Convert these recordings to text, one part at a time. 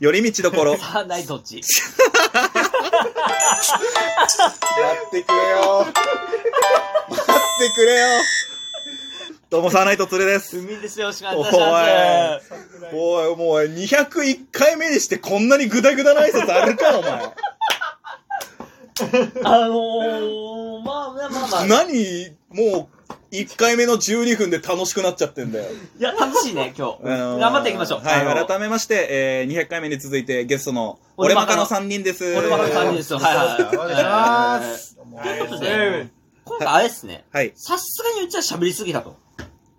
寄り道ど ころ。さあ、ない、どっちってくれよ待ってくれよどうも、サーナイト連れです。海ですよ、よろしくお願いします。おい、もう、201回目にしてこんなにグダグダな挨拶あるか、お前。あのー、まあまあまあまあ。 何、もう、1回目の12分で楽しくなっちゃってんだよ。いや、楽しいね、今日。うん頑張っていきましょう。あはのい、改めまして、えー、200回目に続いてゲストの、俺俺ババカカのの3人です。これは感じですよ。はいお願いしはまい。どうもということはでい、今回あれですね。はい。さすがにうちは喋りすぎたと。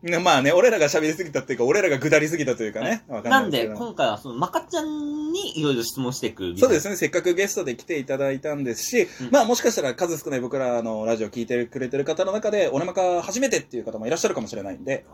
ねまあね、俺らが喋りすぎたっていうか、俺らが下りすぎたというかね。わかなんいんけで、ど今回はその、まかちゃんにいろいろ質問していくみたそいうな。ですね、せっかくゲストで来ていただいたんですし、うんまあもしかしたら数少ない僕らのラジオ聞いてくれてる方の中で、オレマカ初めてっていう方もいらっしゃるかもしれないんで、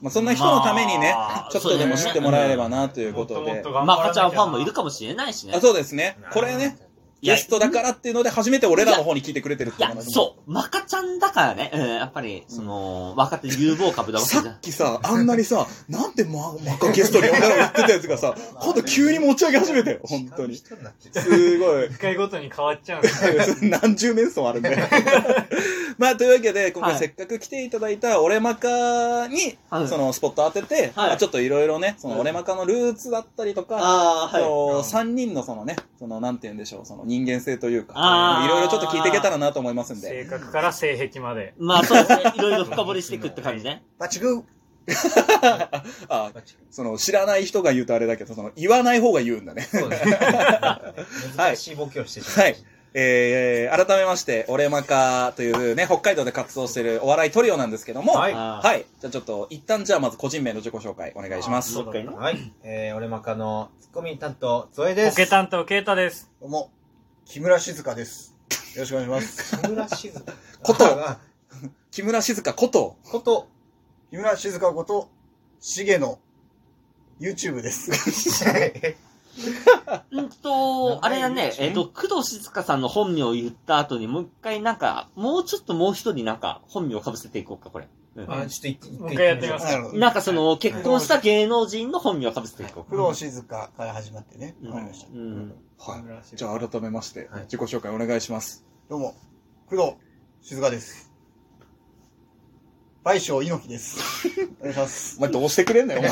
まあそんな人のためにね、まあちょっとでも知ってもらえればなというこもっとともっで。と頑張まらかなきちゃゃんファンもいるかもしれないしね。あそうですね。これね、いやゲストだからっていうので初めて俺らの方に聞いてくれてるっいていうや、そう、マカちゃんだからね、うん、やっぱり、その、若手有望株だわけじゃさんっ。きさ、あんなにさ、なんでま、まかゲストに呼んだの言ってたやつが さ、今度急に持ち上げ始めたよ、本当に。違う人なってるすごい。一回ごとに変わっちゃうんですよ 何十面相あるん で。まあ、というわけで、今は回いせっかく来ていただいた、俺マカに、はいそのスポット当てて、はいまあちょっといろいろね、そはのい俺マカのルーツだったりとか、ああ、そはい。の3人のそのね、その、なんて言うんでしょう、その人間性というあか、ーいろいろちょっと聞いていけたらなと思いますん性で。格から性癖までまあそうですね、いろいろ深掘りしていくって感じね。バチグーあバチグその、知らない人が言うとあれだけど、その、言わない方が言うんだね。 ーそうですね難しいボケをしてしまはいまし。えー、改めまして、俺マカというね、北海道で活動しているお笑いトリオなんですけども、たはいあーはい。じゃあちょっと、一旦じゃあまず個人名の自己紹介お願いします。もう一回ね。はい。えー、俺マカのツッコミ担当、ゾエでボす。ケ担当ケイタです どうも、木村静香です。よろしくお願いします。木村静香。こと あ木村静香こと、こと。木村静香こと、しげの YouTube です。うんと、あれだね、えっ、と、工藤静香さんの本名を言った後に、もう一回なんか、もうちょっともう一人なんか、本名を被せていこうか、これ。うんあ、ちょっと一もう一回やってみますなるほど。なんかその、結婚した芸能人の本名を被せていこうか。工藤静香から始まってね。うんわかりましたうん。はい。じゃあ改めましてはい、自己紹介お願いします。どうも、工藤静香です。倍賞猪木です。お願いします。お前どうしてくれんだよ、お前。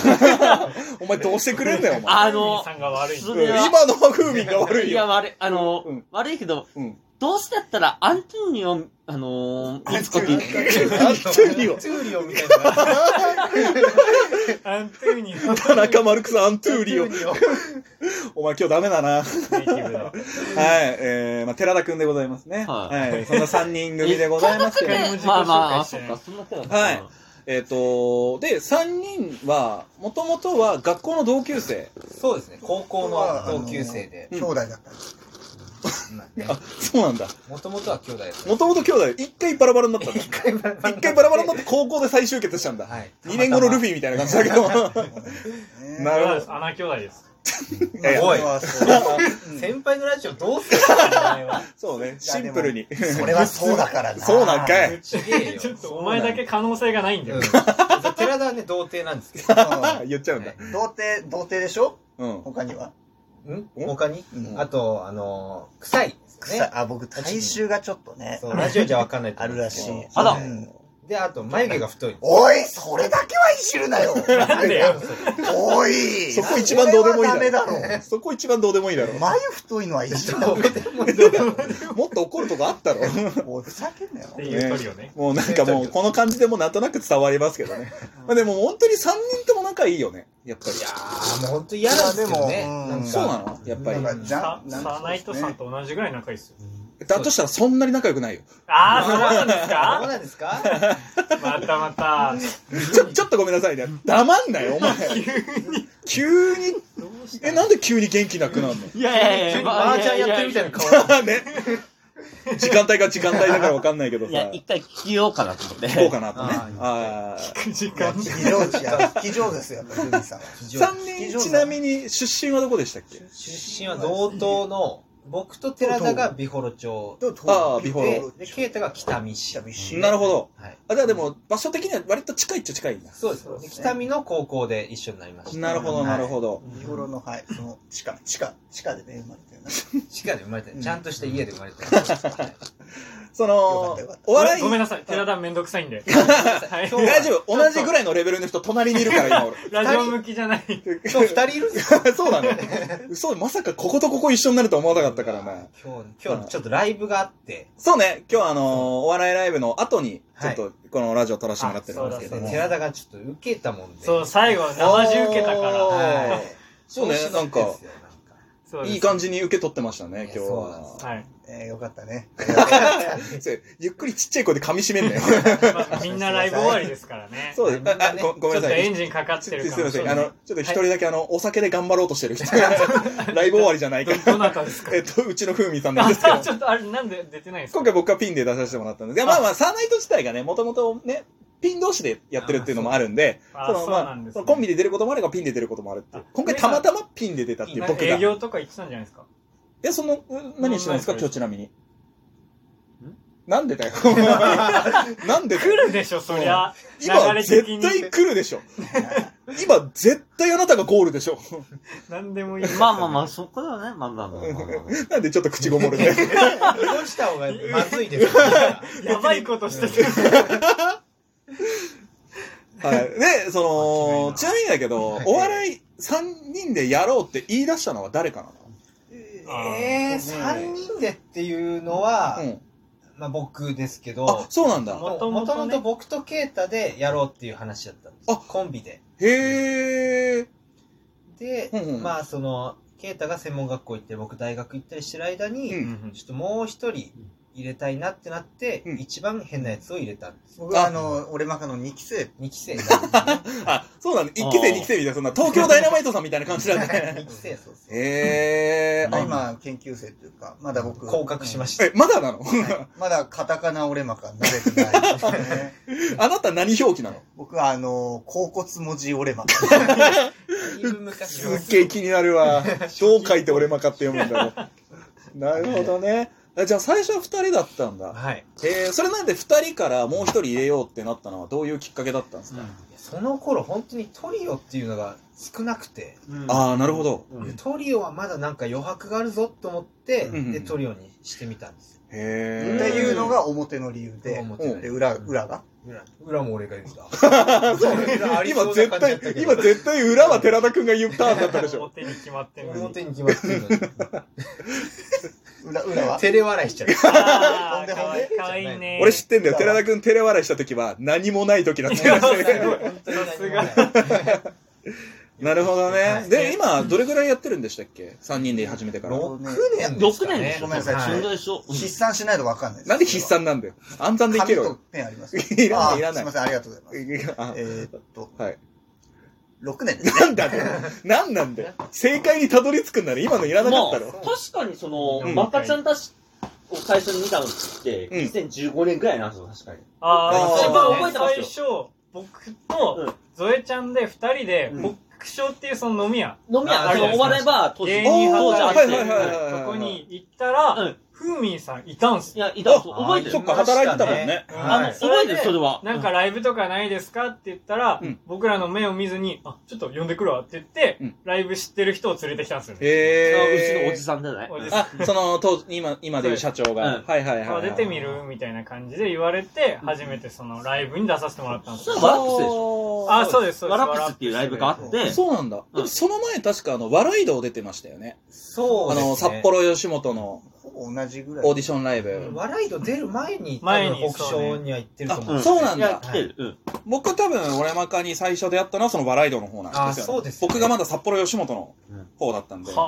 お前どうしてくれんだよ、お前。あ本人の、さんが悪いそうんれは、今のは風味が悪いいよや、。悪い、あの、うん悪いけど、うん。どうしてだったら、アントニオ、あのー、いつこアンきトニ、なんていう理由ツーリオみたいな。アントゥーニーの田中マルクス・アントゥーリオツ。ーリお前今日ダメだな。はい。ネイティブだえー、まあ寺田くんでございますね。ははい。そんな3人組でございますけど。えまあまあ、自そっ己紹介してねか、そんな人だったはいえっと、で、3人は、もともとは学校の同級生。そうですね。高校の同級生で。兄弟だったんです。あ、そうなんだ。もともとは兄弟です。もともと兄弟、一回バラバラになったんだ。一回バラバラになって回バラバラになって高校で再集結したんだ。はい2年後のルフィみたいな感じだけど。ね なるほ穴兄弟ですど。いやいやおいまあそれは先輩のラジオどうするのそうね、シンプルに。そうそれはそうだから な。そうなんかい。ちげえよちょっとお前だけ可能性がないんだうよん寺田はね、童貞なんですけど。う言っちゃうんだ。はいん童貞、童貞でしょうん。他には。ん他にうんあと、あのー、臭いですね。臭いあ、僕、体臭がちょっとねそ。う、ラジオじゃわかんないとあ思うんるでらすしけいど。あらうんで、あと、眉毛が太い。おい、それだけはいじるなよ。なんでよおいそこ一番どうでもいいそれはダメだろ。そこ一番どうでもいいだろろ。。眉太いのはいじるなよ。もっと怒るとこあったろ。おい、ふざけんなよっ。ていうトリオ ねもうなんかもう、この感じでもなんとなく伝わりますけどね。まあでも本当に3人とも仲いいよね。やっぱり。あー、もうほんと嫌なんですけどねいやでも。なんかそうなのやっぱり。なんかじゃサんサなんかーナイトさんと同じぐらい仲いいっすよだとしたらそんなに仲良くないよ。ああそうなんですそうか なんです かまたまたちょ、ちょっとごめんなさいね。黙んなよ、お前。急に。え、なんで急に元気なくなるのいやいや急いやいや、にマージャンやってるみたいな顔。 まあ ね。時間帯が時間帯だからわかんないけどいさ。や、一回聞きようかなと思って。聞こうかなとね。ああ時間聞き上手や、聞き上手ですよ、やっぱり、ルミさんは。ー三人、ちなみに出身はどこでしたっけ出身は道東の僕と寺田が美幌町。とああビフォでロ、で、ケイタが北見市。北見市なるほど。はい。あ、じゃあでも、場所的には割と近いっちゃ近いんだ。そうです。で北見の高校で一緒になりました。なるほど、なるほど。日頃の、はい、その、地下、地下、地下でね、生まれたよね。地下で生まれて、ちゃんとした家で生まれて。そよかっのたよかっ、たお笑いご、めんなさい、寺田めんどくさいんで。はい今日大丈夫。同じぐらいのレベルの人隣にいるから、今俺。ラジオ向きじゃない。今日二人いるんですよ。 そうだね。そう、まさかこことここ一緒になるとは思わなかったからな。今日、今日ちょっとライブがあって、そうね、今日はあのーお笑いライブの後に、ちょっとこのラジオ撮らせてもらってるんですけそどうも。だ寺田がちょっと受けたもんで。そう、最後、生地受けたかおら。ーはいそうね調子乗ってんですよそうですいい感じに受け取ってましたね、今日そうなんですは。はい。えー、よかったね。そうゆっくりちっちゃい声で噛み締めんなよ。まあみんなライブ終わりですからね。そうです。ああごごめんちなょっとさエい。ンジンかかっすているかすいら。ません。そあうねの、ちょっと一人だけあの、お酒で頑張ろうとしてる人が、ライブ終わりじゃないかど、どら。なたですか。えっと、うちの風味さんなんですけどちょっとあれ、なんで出てないんですか今回僕はピンで出させてもらったんですが、まあまあ、サーナイト自体がね、もともとね、ピン同士でやってるっていうのもあるんで、あそそのうまなあんで、すそねのコンビで出ることもあればピンで出ることもあるっていうあ。今回たまたまピンで出たっていうなん僕かが。営い業とか行ってたんじゃないですかや、その、う何してないんですかうん今日ちなみに。なんでだよ。 なんでだ来よ。るでしょ、そりゃ。今、流れ的絶に対来るでしょ。今、絶対あなたがゴールでしょ。 なんでもいい。まあまあまあ、そこだね、まあまあまあまあまあ。なんでちょっと口ごもる ね。どうした方がまずいですよ。やばいことして て。はい。で、その、あちなみにだけど、お笑い3人でやろうって言い出したのは誰かえー、三人でっていうのはな、のうん。まあ僕ですけあど、、そうなんだ。もとも元々ねと僕とケイタでやろうっていう話だったんです。あコンビで。へえ。で、うんうんまあその、ケイタが専門学校行って、僕大学行ったりしてる間に、ううんんちょっともう一人入れたいなってなって、うん一番変なやつを入れたんです。僕は、あの、俺まかの2期生。 2期生なんであ、そうなんだ。一期生、あー二期生みたいな、そんな、東京ダイナマイトさんみたいな感じなんだすね。ね。 2期生そうです。 へえ。まああ今、研究生というか、まだ僕。降格しました。え、まだなのまだカタカナ俺まか慣れてないですね。 あなた何表記なの僕は、あの、甲骨文字俺まか。だいぶ昔すのっげえ気になるわ。 どう書いて俺まかって読むんだろう。なるほどね。あじゃあ最初は二人だったんだ。はい。えー、それなんで二人からもう一人入れようってなったのはどういうきっかけだったんですか、その頃本当にトリオっていうのが少なくて、うんああ、なるほど。うんトリオはまだなんか余白があるぞと思って、うんうんでトリオにしてみたんですよ。ってへえ。いうのが表の理由でで、で、表で裏、裏が。裏裏も俺が言うんだ。 今絶対、今絶対裏は寺田くんが言ったんだったで しょ。表に決まってる のに。表に決まってるのに。裏、裏は照れ笑いしちゃう。あほんーでかほんわいでいかわいいね。俺知ってんだよ。寺田くん照れ笑いした時は何もない時だって言って る。本当に何もないなるほどね。はいで、今、どれぐらいやってるんでしたっけ ?3 人で始めてから。ろ6年です6かね年でしょ。ごめんなさいしんどいでしょ。うん筆算しないとわかんないすなんで筆算なんだよ。暗算でいけ紙ろとよ。ペンありますいらないあいらないすみません、ありがとうございます。あえーっと、はい。 6年です。なんだよ。なんなんだよ。正解にたどり着くんなら今のいらなかったろ。確かにその、うんマカちゃんたちを最初に見たのって、うん2015年ぐらいなんですよ、確かに。あー一番覚えてますよ最初、僕とゾエちゃんで二人でう、ん牧笑っていうその飲み屋、飲み屋、あああるじゃないでの、すかお笑いバー当時、芸人当時あ働おっーははいはいて、いてはいる、そこに行ったら、うん。ふーみんさんいたんすいよ。や、いた、そうあ覚えてそるっ。か、働いてたもんね。あの、はい覚えてる、それは。なんかライブとかないですかって言ったら、うん僕らの目を見ずに、あ、ちょっと呼んでくるわって言って、うんライブ知ってる人を連れてきたんですよね。うん、へうちえ。のおじさんじゃないおじさんあ、その、当時、今、今でいう社長が。うんはいはいはいあはい。出てみるみたいな感じで言われて、初めてそのライブに出させてもらったんですよそう。ワラップスでしょあ、そうです、そうでワす。ラップスっていうライブがあって、そうなんだ。でもその前確かあの、笑い道出てましたよね。あそうですね。の、札幌吉本のほぼ同じぐらい。オーディションライブ。笑いと出る前に、前前にに北そう昇には行ってると思う。あそうなんいだや、来てる。うん。僕は多分、俺まかに最初出会ったのはその笑い道の方なんですよ、あそうですね僕がまだ札幌吉本の方だったんで。はそう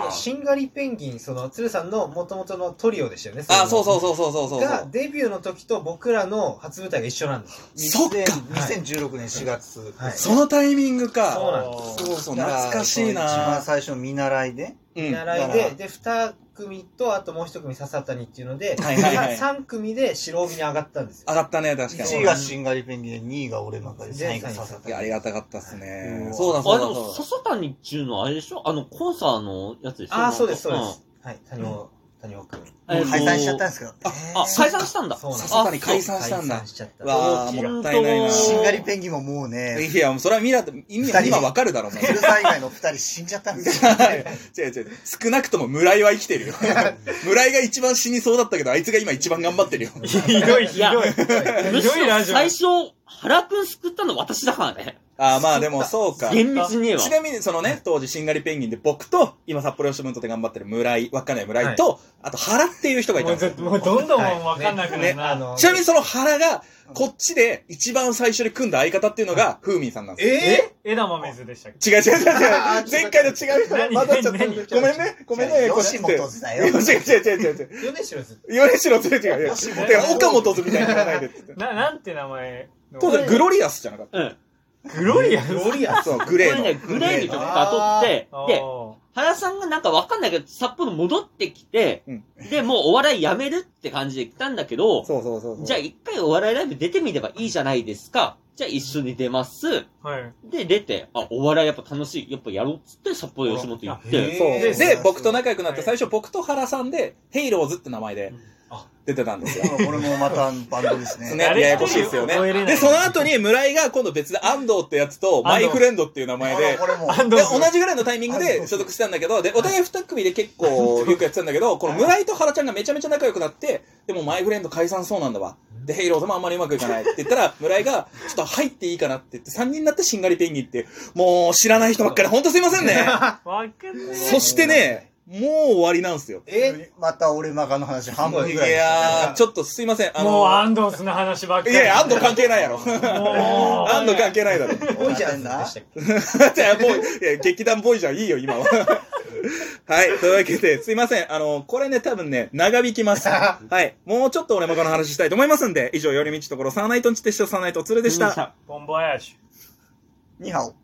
はだシンガリペンギン、その、鶴さんの元々のトリオでしたよね。あ、そううそうそうそうそうそう。が、デビューの時と僕らの初舞台が一緒なんですそよ。っか2000 2016年4月。はいそのタイミングあ。か。そうなんおーそうそう、懐かしいだから一番な最初見習いで。うん。見は習いだで、からで、二組と、あともう一組笹谷っていうので、いはいはい。上三組で白帯に上がったんですよ。がったね、確かに。 1位がシンガリペンギンで、2位が俺まかで、3位が笹いや、あり田。がたかったっすねう。わそうだあ、そうでだも、そう笹谷っちゅうのはあれでしょあの、コンサーのやつでしょああ、そうです、そうで。す。はい、谷尾、谷尾くん。もうと解散しちゃったんですけど。あ、解散したんだ。そうなんさですがに解散したんだ解散しちゃった。わあ、もったいないな。しんがいりペンギンももうね、や、もうそれは見ら、二今人今わかるだろ、もう。鶴さん以外の二人死んじゃったんですよ。 違う違う。少なくとも村井は生きてるよ。村井が一番死にそうだったけど、あいつが今一番頑張ってるよ。ひどい、ひどい。むしひどいろラジオ。最初、原くん救ったの私だからね。ああ、まあでもそうか。厳密に言えば。ちなみに、そのね、当時、しんがりペンギンで僕と、今、札幌吉本で頑張ってる村井、稚内村井と、あと、原っていう人がいたもんうですちょよっともうどんどんわかんなくなるな。あの、ちなみに、その原が、こっちで一番最初に組んだ相方っていうのが、ふーみんさんなんですよ。え枝豆水でしたっ け違う違う違う違う。前回の違う人が何混ざっちゃった。何何ごめんね、ごめんね、ややこし吉いって。違う本図だよ。違う違う違う違う。米城ず米城ずれ違うよ。吉だから、岡本図みたいに言わないでって言って。な、なんて名前の当然、グロリアスじゃなかっうん。グロリアスロリアた。ス。そう、グこレれーね、の。グレーにちょっと雇ってあ、で、ー原さんがなんかわかんないけど、札幌戻ってきて、うんで、もうお笑いやめるって感じで来たんだけど、そうそうそうそう。じゃあ一回お笑いライブ出てみればいいじゃないですか。じゃあ一緒に出ます。はい。で、出て、あ、お笑いやっぱ楽しい。やっぱやろうっつって、札幌吉本行って。そう。へでー、僕と仲良くなって、はい最初僕と原さんで、ヘイローズって名前であ出てたんですよ。これもまたバンドですね。ね、ややこしいですよね誰一人覚えれな。いで、その後に村井が今度別で安藤ってやつと、マイフレンドっていう名前であ、これも。安で藤同じぐらいのタイミングで所属してたんだけど、で、お互い二組で結構よくやってたんだけど、この村井と原ちゃんがめちゃめちゃ仲良くなって、でもマイフレンド解散そうなんだわ。で、ヘイローズもあんまりうまくいかないって言った ら、村井が、ちょっと入っていいかなって言って、三人になってしんがりペンギンって、もう知らない人ばっかり、ほんとすいませんね。わかんない。そしてね、もう終わりなんですよ。 えまた俺マガの話半分いぐらい。やー、ちょっとすいません。あのもう安藤スの話ばっかいり。やいや、安藤関係ないやろ。もう安藤関係ないだろ。 多多いじいじゃゃんんなな。じゃあ、もう、いや劇団ボーイじゃん、いいよ、今は。はい、というわけで、すいません。あの、これね、多分ね、長引き ます。はい、もうちょっと俺もこの話したいと思いますんで、以上、寄り道ところ、サーナイトンチテショサーナイトツルでした。ボンボヤーシュ。ニハオ。